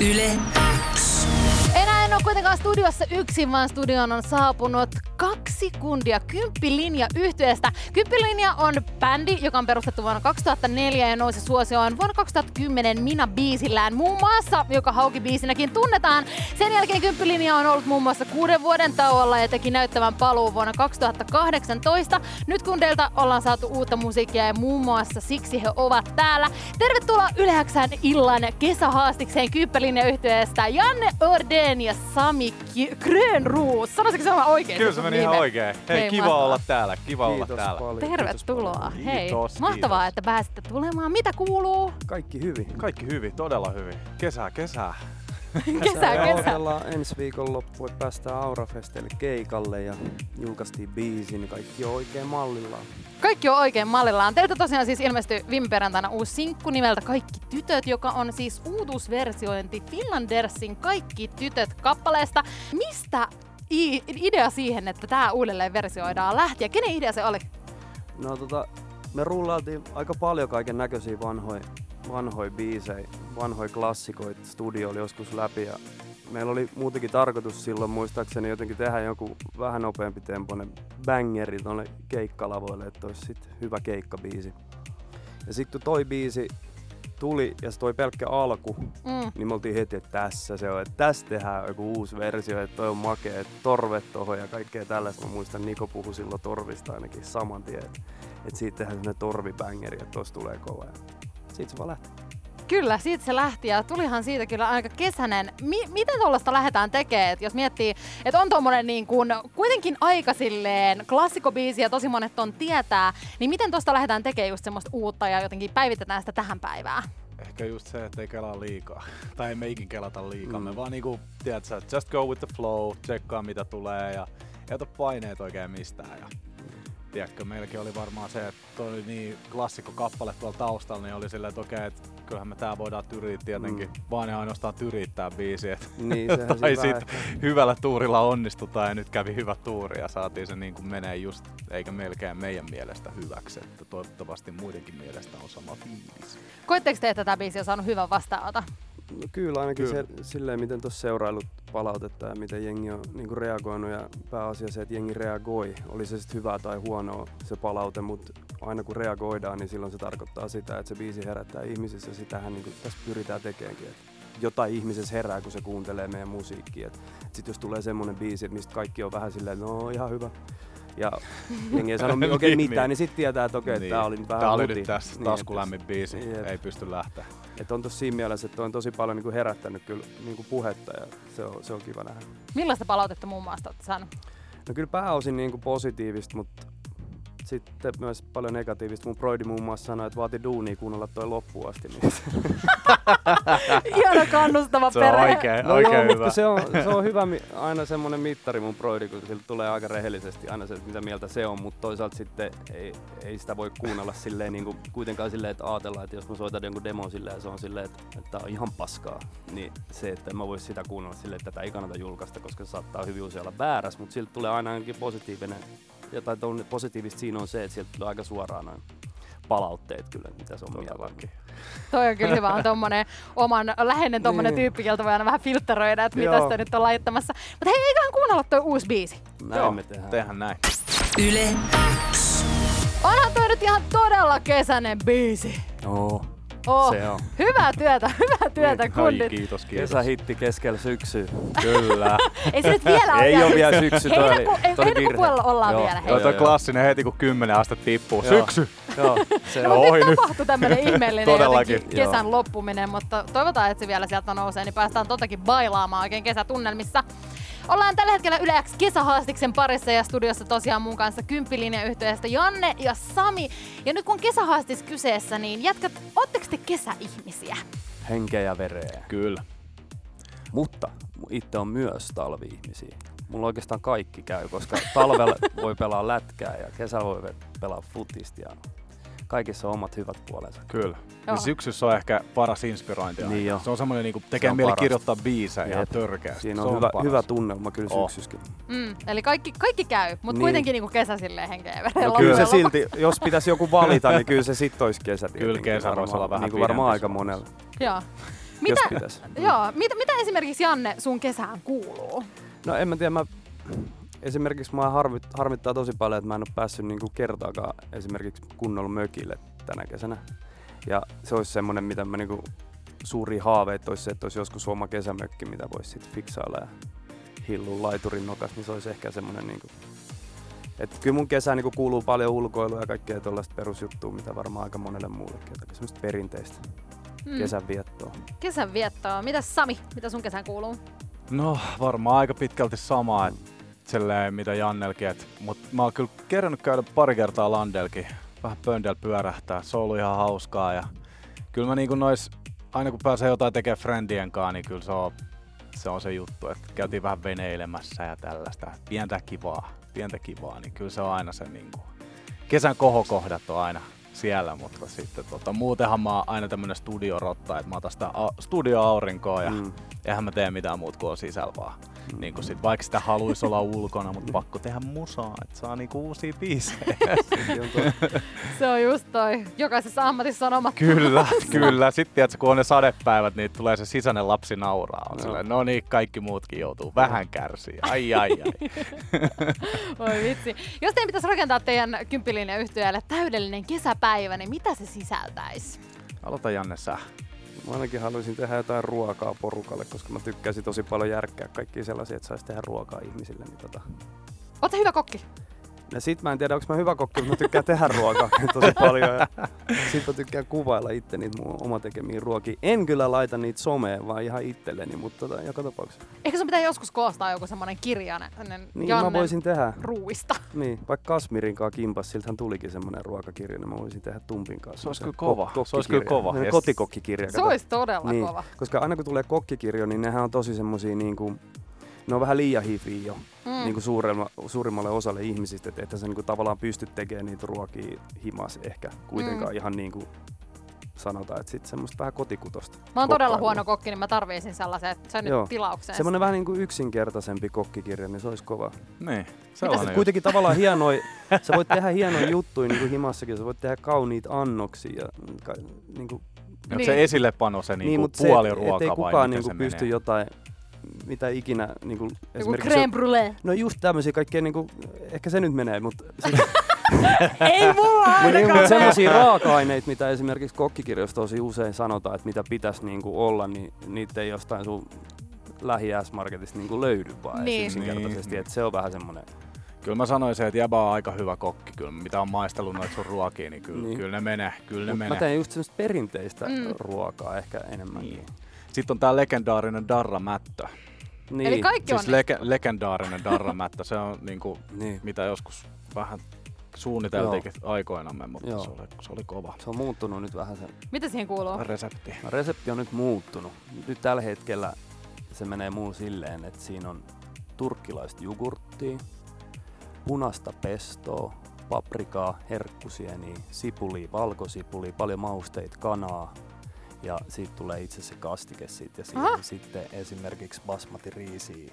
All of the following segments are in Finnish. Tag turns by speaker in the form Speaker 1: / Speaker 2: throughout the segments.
Speaker 1: Yle
Speaker 2: Enää en ole kuitenkaan studiossa yksin, vaan studioon on saapunut kaksi kundia Kymppilinja yhtyeestä. Kymppilinja on bändi, joka on perustettu vuonna 2004 ja nousi suosioon vuonna 2010 Minä biisillään muun muassa, joka hauki biisinäkin tunnetaan. Sen jälkeen Kymppilinja on ollut muun muassa kuuden vuoden tauolla ja teki näyttävän paluun vuonna 2018. Nyt kundeilta ollaan saatu uutta musiikkia ja muun muassa siksi he ovat täällä. Tervetuloa Ylehäksän illan kesähaastikseen Kymppilinja yhtyeestä Janne Orden ja Sami Ki- Grönruus. Sanoisitko se oma oikein?
Speaker 3: Kyllä se meni ihan oikein. Hei,
Speaker 2: Ei,
Speaker 3: kiva
Speaker 2: mahtavaa.
Speaker 3: olla täällä, kiva olla täällä.
Speaker 4: paljon.
Speaker 2: Tervetuloa.
Speaker 3: paljon.
Speaker 2: Hei.
Speaker 3: Kiitos,
Speaker 2: Mahtavaa,
Speaker 3: kiitos.
Speaker 2: että pääsitte tulemaan. Mitä kuuluu?
Speaker 4: Kaikki hyvin.
Speaker 3: Kaikki hyvin, todella hyvin. Kesää, kesää.
Speaker 2: Kesää,
Speaker 4: Me
Speaker 2: kesää.
Speaker 4: odotellaan ensi viikonloppu, että päästään Aurafestelle keikalle ja julkaistiin biisi, niin kaikki on oikein mallillaan.
Speaker 2: Kaikki on oikein mallillaan. Teiltä tosiaan siis ilmestyi viime perjantaina uusi sinkku nimeltä Kaikki tytöt, joka on siis uutuusversiointi Finlandersin Kaikki tytöt kappaleesta. Mistä i- idea siihen, että tämä uudelleen versioidaan lähti ja kenen idea se oli?
Speaker 4: No tota, me rullailtiin aika paljon kaiken näköisiä vanhoja vanhoi biisejä, vanhoja klassikoita studio oli joskus läpi ja meillä oli muutenkin tarkoitus silloin muistaakseni jotenkin tehdä joku vähän nopeampi tempoinen bangeri tuonne keikkalavoille, että olisi sit hyvä keikkabiisi. Ja sitten kun toi biisi tuli ja se toi pelkkä alku,
Speaker 2: Mm.
Speaker 4: niin me oltiin heti, että tässä se on, että tässä tehdään joku uusi versio, että toi on makea, että torvet tohon ja kaikkea tällaista. Mä muistan, Niko puhui silloin torvista ainakin saman tien, että, että siitä tehdään sellainen torvibängeri, että tossa tulee kova. Ja siitä se vaan lähti.
Speaker 2: Kyllä, siitä se lähti ja tulihan siitä kyllä aika kesänen. Mi- miten tuollaista lähdetään tekemään, Et jos miettii, että on tuommoinen niin kuin kuitenkin aika silleen klassikobiisi ja tosi monet ton tietää, niin miten tuosta lähdetään tekemään just semmoista uutta ja jotenkin päivitetään sitä tähän päivään?
Speaker 3: Ehkä just se, että ei kelaa liikaa. Tai emme ikin kelata liikaa.
Speaker 4: Mm.
Speaker 3: Me vaan niinku, tiedätkö, just go with the flow, tsekkaa mitä tulee ja ei ota paineet oikein mistään. Ja, tiedätkö, meilläkin oli varmaan se, että toi oli niin klassikko kappale tuolla taustalla, niin oli silleen, että okei, okay, että kyllähän me tää voidaan tyriä tietenkin, mm. vaan ja ainoastaan tyrittää biisi. Et
Speaker 4: Niin, sehän
Speaker 3: tai
Speaker 4: siinä vähän
Speaker 3: sit hyvällä tuurilla onnistutaan ja nyt kävi hyvä tuuri ja saatiin se niin kuin menee just, eikä melkein meidän mielestä hyväksi. Että toivottavasti muidenkin mielestä on sama fiilis.
Speaker 2: Koetteko te, että tämä biisi on saanut hyvän vastaanoton?
Speaker 4: No kyllä ainakin
Speaker 3: Kyllä.
Speaker 4: Se, silleen, miten tuossa seurailut palautetta ja miten jengi on niinku reagoinut ja pääasia se, että jengi reagoi. Oli se sitten hyvää tai huonoa se palaute, mutta aina kun reagoidaan, niin silloin se tarkoittaa sitä, että se biisi herättää ihmisissä ja sitähän niinku tässä pyritään tekemäänkin. Et jotain ihmisessä herää, kun se kuuntelee meidän musiikkia. Sitten jos tulee semmoinen biisi, että mistä kaikki on vähän silleen, no ihan hyvä, ja jengi ei sano mi- oikein
Speaker 3: Niin,
Speaker 4: mitään,
Speaker 3: niin.
Speaker 4: niin sitten tietää, että okei, niin. tämä oli nyt vähän
Speaker 3: Tää oli
Speaker 4: huti.
Speaker 3: nyt tässä
Speaker 4: Niin,
Speaker 3: taskulämmin
Speaker 4: että-
Speaker 3: biisi,
Speaker 4: Jep.
Speaker 3: ei pysty lähteä.
Speaker 4: et on tossa siinä mielessä, että on tosi paljon niinku herättänyt kyllä niinku puhetta ja se on, se on kiva nähdä.
Speaker 2: Millaista palautetta muun muassa olette saanut?
Speaker 4: No kyllä pääosin niinku positiivista, mutta sitten myös paljon negatiivista. Mun broidi muun muassa sanoi, että vaati duunia kuunnella toi loppuun asti. Niin.
Speaker 2: Ihana kannustava
Speaker 3: Se on oikein, oikein
Speaker 4: No mutta
Speaker 3: hyvä.
Speaker 4: kun se on, se on hyvä mi- aina semmoinen mittari mun broidi, kun sillä tulee aika rehellisesti aina se, että mitä mieltä se on, mutta toisaalta sitten ei, ei sitä voi kuunnella silleen niinku, kuitenkaan silleen, että ajatellaan, että jos mä soitan jonkun demo silleen ja se on silleen, että, että tää on ihan paskaa, niin se, että en mä voi sitä kuunnella silleen, että tätä ei kannata julkaista, koska se saattaa hyvin usein olla väärässä, mutta siltä tulee aina ainakin positiivinen, jotain tuon- positiivista siinä on se, että sieltä tulee aika suoraan noin palautteet kyllä, mitä se on mieltä.
Speaker 3: Todellakin.
Speaker 2: Toi on kyllä hyvä, on tommonen oman läheinen tommonen
Speaker 4: Niin.
Speaker 2: tyyppi, jolta voi aina vähän filtteröidä, että mitä
Speaker 4: Joo.
Speaker 2: sitä nyt on laittamassa. Mutta hei, eiköhän kuunnella toi uusi biisi.
Speaker 4: Näin me tehdään.
Speaker 3: Tehän näin.
Speaker 1: Yle
Speaker 2: Onhan toi nyt ihan todella kesäinen biisi.
Speaker 4: Joo,
Speaker 2: Oh,
Speaker 4: se on.
Speaker 2: hyvää työtä, hyvää työtä
Speaker 3: Ai,
Speaker 2: kundit.
Speaker 3: kiitos, kiitos.
Speaker 4: Kesähitti keskellä syksyä.
Speaker 3: Kyllä.
Speaker 2: Ei se nyt vielä ole.
Speaker 4: Ei ole vielä syksy. toi oli-
Speaker 2: Heinäku- ei-
Speaker 4: toi oli
Speaker 2: heinäkuun
Speaker 4: virhe.
Speaker 2: puolella ollaan
Speaker 4: Joo,
Speaker 2: vielä, hei.
Speaker 3: Joo,
Speaker 4: Joo,
Speaker 3: toi
Speaker 4: joo,
Speaker 3: klassinen heti kun 10 astetta tippuu.
Speaker 4: Joo.
Speaker 3: Syksy!
Speaker 4: Joo, se
Speaker 2: No,
Speaker 4: on.
Speaker 2: mutta
Speaker 3: Ohi
Speaker 2: nyt
Speaker 3: nyt.
Speaker 2: tapahtui tämmönen ihmeellinen
Speaker 3: Todellakin.
Speaker 2: jotenkin kesän loppuminen, mutta toivotaan, että se vielä sieltä nousee, niin päästään totakin bailaamaan oikein kesätunnelmissa. Ollaan tällä hetkellä Yle X kesähaastiksen parissa ja studiossa tosiaan mun kanssa kymppilinja yhteydestä Janne ja Sami. Ja nyt kun on kesähaastis kyseessä, niin jätkät, ootteko te kesäihmisiä?
Speaker 4: Henkeä ja vereä.
Speaker 3: Kyllä.
Speaker 4: Mutta itse on myös talvi-ihmisiä. Mulla oikeastaan kaikki käy, koska talvella voi pelaa lätkää ja kesällä voi ve- pelaa futista ja kaikissa on omat hyvät puolensa.
Speaker 3: Kyllä.
Speaker 2: Joo.
Speaker 3: Niin syksyssä on ehkä paras inspirointi.
Speaker 4: Niin
Speaker 3: aina.
Speaker 4: jo.
Speaker 3: se on semmoinen, niinku, tekee
Speaker 4: on
Speaker 3: mieli
Speaker 4: parasta.
Speaker 3: kirjoittaa biisejä ihan
Speaker 4: Jep.
Speaker 3: törkeästi.
Speaker 4: Siinä
Speaker 3: Se
Speaker 4: on, hyvä,
Speaker 3: paras. Oh.
Speaker 4: hyvä tunnelma kyllä
Speaker 3: On.
Speaker 4: syksyyskin.
Speaker 2: Mm, eli kaikki, kaikki käy, mutta
Speaker 4: Niin.
Speaker 2: kuitenkin niinku kesä silleen henkeä
Speaker 4: No
Speaker 2: verellä.
Speaker 4: kyllä se silti, jos pitäisi joku valita, niin kyllä se sitten olisi kesä.
Speaker 3: Kyllä
Speaker 4: tietenkin
Speaker 3: kesä voisi olla
Speaker 4: varmaan.
Speaker 3: vähän
Speaker 4: niin kuin varmaan
Speaker 3: pidempi
Speaker 4: aika
Speaker 3: Suomessa.
Speaker 4: monella.
Speaker 2: Joo. Mitä,
Speaker 4: jos pitäisi.
Speaker 2: joo, mitä, mitä esimerkiksi Janne sun kesään kuuluu?
Speaker 4: No en mä tiedä, mä esimerkiksi mä harmit, harmittaa tosi paljon, että mä en ole päässyt niinku kertaakaan esimerkiksi kunnolla mökille tänä kesänä. Ja se olisi semmoinen, mitä mä niinku, suuri haave, että olisi se, että olisi joskus oma kesämökki, mitä voisi sitten fiksailla ja hillun laiturin nokas, niin se olisi ehkä semmoinen niinku, että kyllä mun kesä niinku kuuluu paljon ulkoilua ja kaikkea tuollaista perusjuttua, mitä varmaan aika monelle muullekin, jotakin semmoista perinteistä
Speaker 2: Mm.
Speaker 4: kesänviettoa.
Speaker 2: Kesän viettoa. Mitäs Sami, mitä sun kesään kuuluu?
Speaker 3: No varmaan aika pitkälti sama, että silleen mitä Jannelkin, mutta mä oon kyllä kerännyt käydä pari kertaa Landelkin, vähän pöndellä pyörähtää, se on ollut ihan hauskaa ja kyllä mä niinku nois, aina kun pääsee jotain tekemään friendien kanssa, niin kyllä se on se, on se juttu, että käytiin vähän veneilemässä ja tällaista, pientä kivaa, pientä kivaa, niin kyllä se on aina se niinku, kesän kohokohdat on aina siellä, mutta sitten tota, muutenhan mä oon aina tämmönen studiorotta, että mä otan sitä au- studioaurinkoa ja
Speaker 4: Mm.
Speaker 3: eihän mä tee mitään muuta kuin on sisällä vaan. Niin kuin sit, vaikka sitä haluaisi olla ulkona, mutta pakko tehdä musaa, että saa niinku uusia biisejä.
Speaker 4: Se on totta.
Speaker 2: Se on just toi. Jokaisessa ammatissa on omat
Speaker 3: kyllä, kyllä. Sitten tiedätkö, kun on ne sadepäivät, niin tulee se sisäinen lapsi nauraa. On
Speaker 4: Joo.
Speaker 3: silleen, no niin, kaikki muutkin joutuu vähän kärsiä. Ai, ai, ai.
Speaker 2: Voi vitsi. Jos teidän pitäisi rakentaa teidän kymppilinjan yhtiölle täydellinen kesäpäivä, niin mitä se sisältäisi?
Speaker 3: Aloita Janne sä.
Speaker 4: Mä ainakin haluaisin tehdä jotain ruokaa porukalle, koska mä tykkäisin tosi paljon järkkää kaikki sellaisia, että saisi tehdä ruokaa ihmisille. Niin tota.
Speaker 2: Oletko hyvä kokki?
Speaker 4: Ja sit mä en tiedä, onko mä hyvä kokki, mutta mä tykkään tehdä ruokaa tosi paljon. Ja sit mä tykkään kuvailla itse niitä mun oma tekemiä ruokia. En kyllä laita niitä someen, vaan ihan itselleni, mutta tota, joka tapauksessa. Niin
Speaker 2: Ehkä sun pitää joskus koostaa joku semmoinen kirja niin,
Speaker 4: mä voisin tehdä.
Speaker 2: ruuista.
Speaker 4: Niin, vaikka Kasmirin kanssa kimpas, siltähän tulikin semmoinen ruokakirja, niin mä voisin tehdä Tumpin kanssa.
Speaker 3: Se olisi
Speaker 4: semmoisen
Speaker 3: kyllä kova.
Speaker 4: kok-
Speaker 3: Se olisi kyllä
Speaker 4: kokkikirjan.
Speaker 3: kova.
Speaker 4: Semmoinen
Speaker 3: Ja s-
Speaker 4: Kotikokkikirja.
Speaker 2: Se
Speaker 4: kato.
Speaker 2: olisi todella
Speaker 4: niin,
Speaker 2: kova.
Speaker 4: Koska aina kun tulee kokkikirjo, niin nehän on tosi semmosia niinku, ne on vähän liian hifiä jo mm. niinku suuremma, suurimmalle osalle ihmisistä, että, että sä niinku tavallaan pystyt tekemään niitä ruokia himas ehkä kuitenkaan
Speaker 2: Mm.
Speaker 4: mm. ihan niinku sanotaan, että sitten semmoista vähän kotikutosta.
Speaker 2: Mä oon todella
Speaker 4: kokkailua.
Speaker 2: huono kokki, niin mä tarviisin sellaisen, että se on
Speaker 4: Joo.
Speaker 2: nyt tilaukseen.
Speaker 4: Semmoinen vähän niinku yksinkertaisempi kokkikirja, niin se olisi kova.
Speaker 3: Niin,
Speaker 4: Sä
Speaker 3: sellainen just.
Speaker 4: kuitenkin tavallaan hienoi, sä voit tehdä hienoja juttuja niin kuin himassakin, sä voit tehdä kauniita annoksia. Ja, ka, niin kuin,
Speaker 3: Onko
Speaker 2: Niin.
Speaker 3: se esillepaino se niinku
Speaker 4: Niin, mut se,
Speaker 3: puoli
Speaker 4: et-
Speaker 3: ruoka
Speaker 4: ettei
Speaker 3: vai
Speaker 4: kukaan
Speaker 3: miten
Speaker 4: niinku
Speaker 3: se
Speaker 4: pysty
Speaker 3: menee?
Speaker 4: jotain, mitä ikinä niin kuin,
Speaker 2: Joku
Speaker 4: esimerkiksi...
Speaker 2: crème brûlée.
Speaker 4: No just tämmöisiä kaikkea, niin kuin, ehkä se nyt menee, mutta
Speaker 2: Ei mulla
Speaker 4: niin,
Speaker 2: ainakaan
Speaker 4: mut
Speaker 2: mene.
Speaker 4: semmoisia raaka-aineita, mitä esimerkiksi kokkikirjoissa tosi usein sanotaan, että mitä pitäisi niin kuin, olla, niin niitä ei jostain sun lähi marketista niin kuin löydy vaan
Speaker 2: Niin.
Speaker 4: niin. yksinkertaisesti,
Speaker 3: Niin.
Speaker 4: että se on vähän semmoinen
Speaker 3: Kyllä mä sanoisin, että jäbä on aika hyvä kokki. Kyllä mitä on maistellut noita sun ruokia, niin kyllä,
Speaker 4: Niin.
Speaker 3: kyllä ne menee. Kyllä ne
Speaker 4: Mut
Speaker 3: menee.
Speaker 4: Mä teen just semmoista perinteistä
Speaker 2: Mm.
Speaker 4: mm. ruokaa ehkä enemmänkin.
Speaker 3: Niin. Sitten on tää legendaarinen Darra Mättö.
Speaker 4: Niin.
Speaker 2: Eli kaikki on
Speaker 3: Siis lege- legendaarinen Darra Mättö. Se on niinku,
Speaker 4: niin.
Speaker 3: mitä joskus vähän suunniteltiinkin aikoinamme, mutta
Speaker 4: Joo.
Speaker 3: se oli, se oli kova
Speaker 4: Se on muuttunut nyt vähän se.
Speaker 2: Mitä siihen kuuluu?
Speaker 3: resepti.
Speaker 4: Resepti on nyt muuttunut. Nyt tällä hetkellä se menee muun silleen, että siinä on turkkilaista jogurttia, punaista pestoa, paprikaa, herkkusieniä, sipulia, valkosipulia, paljon mausteita, kanaa. Ja siitä tulee itse se kastike siitä. Ja siihen
Speaker 2: Aha.
Speaker 4: sitten esimerkiksi basmatiriisiä,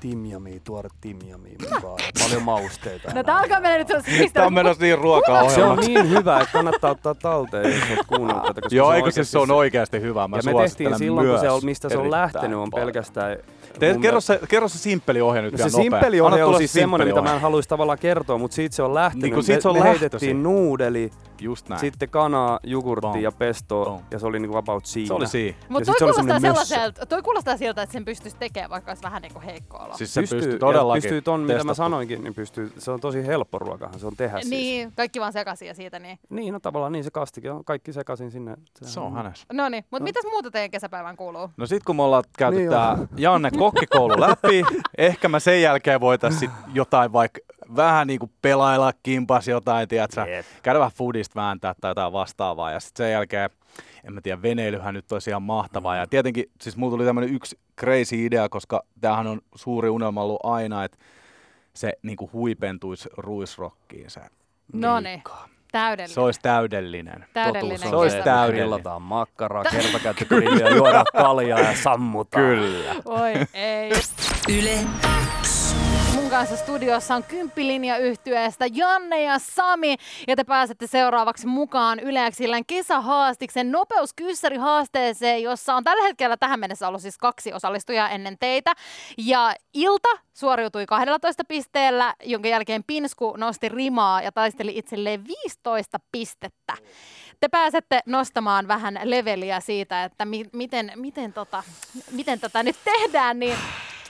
Speaker 4: timjamia, tuore timjamia mukaan ja paljon mausteita. ja
Speaker 2: No
Speaker 4: näin.
Speaker 2: tää alkaa mennä nyt sellaiset
Speaker 3: Tää on menossa niin ruokaa
Speaker 4: Se on niin hyvä, että kannattaa ottaa talteen, jos et kuunnella tätä. koska
Speaker 3: Joo,
Speaker 4: on
Speaker 3: eikö siis se on
Speaker 4: oikeasti
Speaker 3: oikeasti hyvä. Mä
Speaker 4: ja me tehtiin
Speaker 3: suosittelen
Speaker 4: silloin, kun
Speaker 3: myös
Speaker 4: se on, mistä se on
Speaker 3: erittäin
Speaker 4: lähtenyt, on
Speaker 3: paljon.
Speaker 4: pelkästään...
Speaker 3: Te,
Speaker 4: mun
Speaker 3: kerro,
Speaker 4: mielestä-
Speaker 3: se, kerro se simppeli ohje nyt
Speaker 4: No
Speaker 3: vielä
Speaker 4: se simppeli
Speaker 3: nopea. Anna
Speaker 4: ohje on
Speaker 3: tulla
Speaker 4: siis
Speaker 3: simppeli
Speaker 4: semmoinen, mitä mä
Speaker 3: ohje.
Speaker 4: en haluaisi tavallaan kertoa, mutta siitä se on lähtenyt.
Speaker 3: Niin kun siitä se on
Speaker 4: me, me
Speaker 3: lähtö
Speaker 4: heitettiin
Speaker 3: siitä.
Speaker 4: nuudeli,
Speaker 3: Just näin.
Speaker 4: sitten kanaa, jogurttia
Speaker 3: Bon.
Speaker 4: ja pestoa,
Speaker 3: Bon.
Speaker 4: ja se oli niinku about siinä.
Speaker 3: se oli siinä.
Speaker 2: Mutta toi,
Speaker 4: Ja sit se oli
Speaker 2: kuulostaa
Speaker 4: semmonen mössö.
Speaker 2: sellaiselta- toi kuulostaa siltä, että sen pystyisi tekemään, vaikka olisi vähän niinku heikko olo.
Speaker 3: Siis se
Speaker 4: Se pystyy,
Speaker 3: pystyi
Speaker 4: ja
Speaker 3: todellakin
Speaker 4: pystyy ton, mitä mä
Speaker 3: testattu.
Speaker 4: sanoinkin, niin pystyy, se on tosi helppo ruokahan, se on tehdä siis.
Speaker 2: Niin, kaikki vaan sekaisia siitä. Niin.
Speaker 4: Niin, no tavallaan niin se kastike on kaikki sekaisin sinne.
Speaker 3: Se on hänessä.
Speaker 2: No niin, mutta
Speaker 4: No.
Speaker 2: mitäs muuta teidän kesäpäivän kuuluu?
Speaker 3: No sit kun me ollaan käyty
Speaker 4: Niin
Speaker 3: niin tää
Speaker 4: on.
Speaker 3: Janne kokkikoulu läpi, ehkä mä sen jälkeen voitais sit jotain vaikka vähän niinku pelailla kimpas jotain, tiedätkö?
Speaker 4: Jep.
Speaker 3: Käydä vähän foodista vääntää tai jotain vastaavaa ja sit sen jälkeen, en mä tiedä, veneilyhän nyt olisi ihan mahtavaa. Ja tietenkin, siis mulla tuli tämmönen yksi crazy idea, koska tämähän on suuri unelma ollut aina, että se niinku huipentuisi ruisrokkiin se.
Speaker 2: No niin, täydellinen.
Speaker 3: Se olisi täydellinen.
Speaker 2: täydellinen
Speaker 4: Totuus
Speaker 3: Se olisi
Speaker 4: se, että
Speaker 3: täydellinen.
Speaker 4: grillataan makkaraa, kertakäyttögrilliä, juodaan kaljaa ja sammutaan.
Speaker 3: Kyllä.
Speaker 2: Oi ei.
Speaker 1: Yle X.
Speaker 2: mun kanssa studiossa on kymppilinja yhtyeestä Janne ja Sami. Ja te pääsette seuraavaksi mukaan Yleäksillän kesähaastiksen nopeuskyssäri-haasteeseen, jossa on tällä hetkellä tähän mennessä ollut siis kaksi osallistujaa ennen teitä. Ja Ilta suoriutui 12 pisteellä, jonka jälkeen Pinsku nosti rimaa ja taisteli itselleen 15 pistettä. Te pääsette nostamaan vähän leveliä siitä, että mi- miten, miten, tota, miten tätä nyt tehdään, niin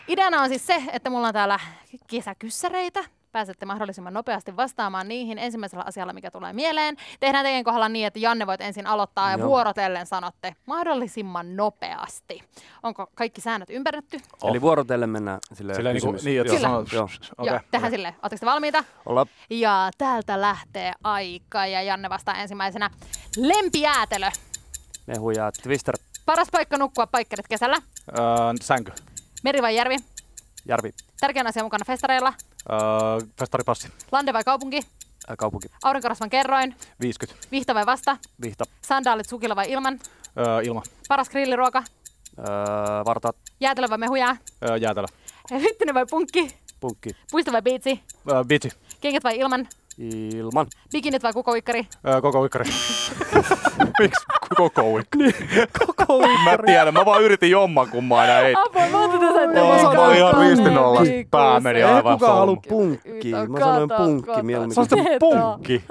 Speaker 2: Ideana on siis se, että mulla on täällä kesäkyssäreitä. Pääsette mahdollisimman nopeasti vastaamaan niihin ensimmäisellä asialla, mikä tulee mieleen. Tehdään teidän kohdalla niin, että Janne voit ensin aloittaa ja
Speaker 4: Joo.
Speaker 2: vuorotellen sanotte mahdollisimman nopeasti. Onko kaikki säännöt ymmärretty?
Speaker 3: Oh.
Speaker 4: Eli vuorotellen mennään silleen
Speaker 3: Silleen niinku,
Speaker 4: kysymys.
Speaker 3: niin, että
Speaker 2: Kyllä.
Speaker 3: sanot,
Speaker 4: Joo.
Speaker 3: okei.
Speaker 2: Joo, tehdään silleen. Oletteko te valmiita?
Speaker 3: niin-
Speaker 4: Olla
Speaker 2: Ja täältä lähtee aika ja Janne vastaa ensimmäisenä. Lempijäätelö.
Speaker 4: mehu ja twister,
Speaker 2: Paras paikka nukkua paikkarit kesällä.
Speaker 3: Öö, sänky.
Speaker 2: Meri vai järvi?
Speaker 4: järvi,
Speaker 2: Tärkein asia mukana festareilla.
Speaker 3: Öö, festaripassi.
Speaker 2: Lande vai kaupunki?
Speaker 4: ää, äh, kaupunki,
Speaker 2: Aurinkorasvan kerroin.
Speaker 3: 50.
Speaker 2: Vihta vai vasta?
Speaker 4: vihta,
Speaker 2: Sandaalit sukilla vai ilman?
Speaker 3: Öö, ilma.
Speaker 2: Paras grilliruoka?
Speaker 4: ää, vartaat,
Speaker 2: Jäätelö vai mehujaa?
Speaker 3: Öö, jäätelö.
Speaker 2: Hyttinen vai punkki?
Speaker 4: punkki,
Speaker 2: Puisto vai biitsi?
Speaker 3: Öö, bici.
Speaker 2: Kengät vai ilman?
Speaker 4: ilman,
Speaker 2: Bikinit vai kukovikkari?
Speaker 3: Öö, koko uikkari. Miksi koko uikkari? koko uikkari. Mä tiedän, mä vaan yritin jommankummaa ja ei.
Speaker 2: Apua, mä otin tätä, että
Speaker 3: Oi,
Speaker 2: mä
Speaker 3: sä oot ihan 5-0. Pää meni
Speaker 4: Ei
Speaker 3: aivan
Speaker 4: kukaan halua
Speaker 3: solmu.
Speaker 4: punkkiin.
Speaker 2: Kato,
Speaker 4: Mä sanoin
Speaker 2: kato.
Speaker 4: punkki mieluummin.
Speaker 3: Se on
Speaker 4: kuin-
Speaker 3: sitä
Speaker 2: Tieto.
Speaker 3: punkki.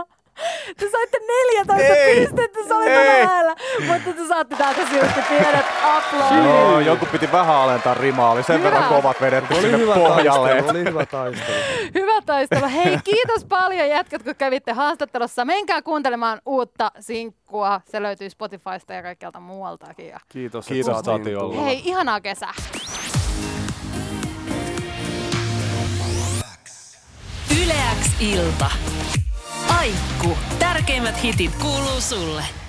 Speaker 2: Te saitte 14
Speaker 3: Ei.
Speaker 2: pistettä, se oli
Speaker 3: Ei.
Speaker 2: lähellä. Mutta te saatte täältä silti pienet aplodit.
Speaker 3: Joo, joku piti vähän alentaa rimaa, oli sen
Speaker 2: Hyvä.
Speaker 3: verran kovat vedetty
Speaker 4: Oli
Speaker 3: sinne
Speaker 4: hyvä
Speaker 3: pohjalle.
Speaker 4: taistelu, oli hyvä taistelu.
Speaker 2: Hyvä taistelu. Hei, kiitos paljon jätkät, kun kävitte haastattelussa. Menkää kuuntelemaan uutta sinkkua. Se löytyy Spotifysta ja kaikkialta muualtakin. Ja
Speaker 4: Kiitos, että
Speaker 3: Kiitos,
Speaker 4: saatiin
Speaker 3: saatiin olla.
Speaker 4: tulla.
Speaker 2: Hei, ihanaa kesää.
Speaker 1: Yleäks ilta. Aikku. Tärkeimmät hitit kuuluu sulle.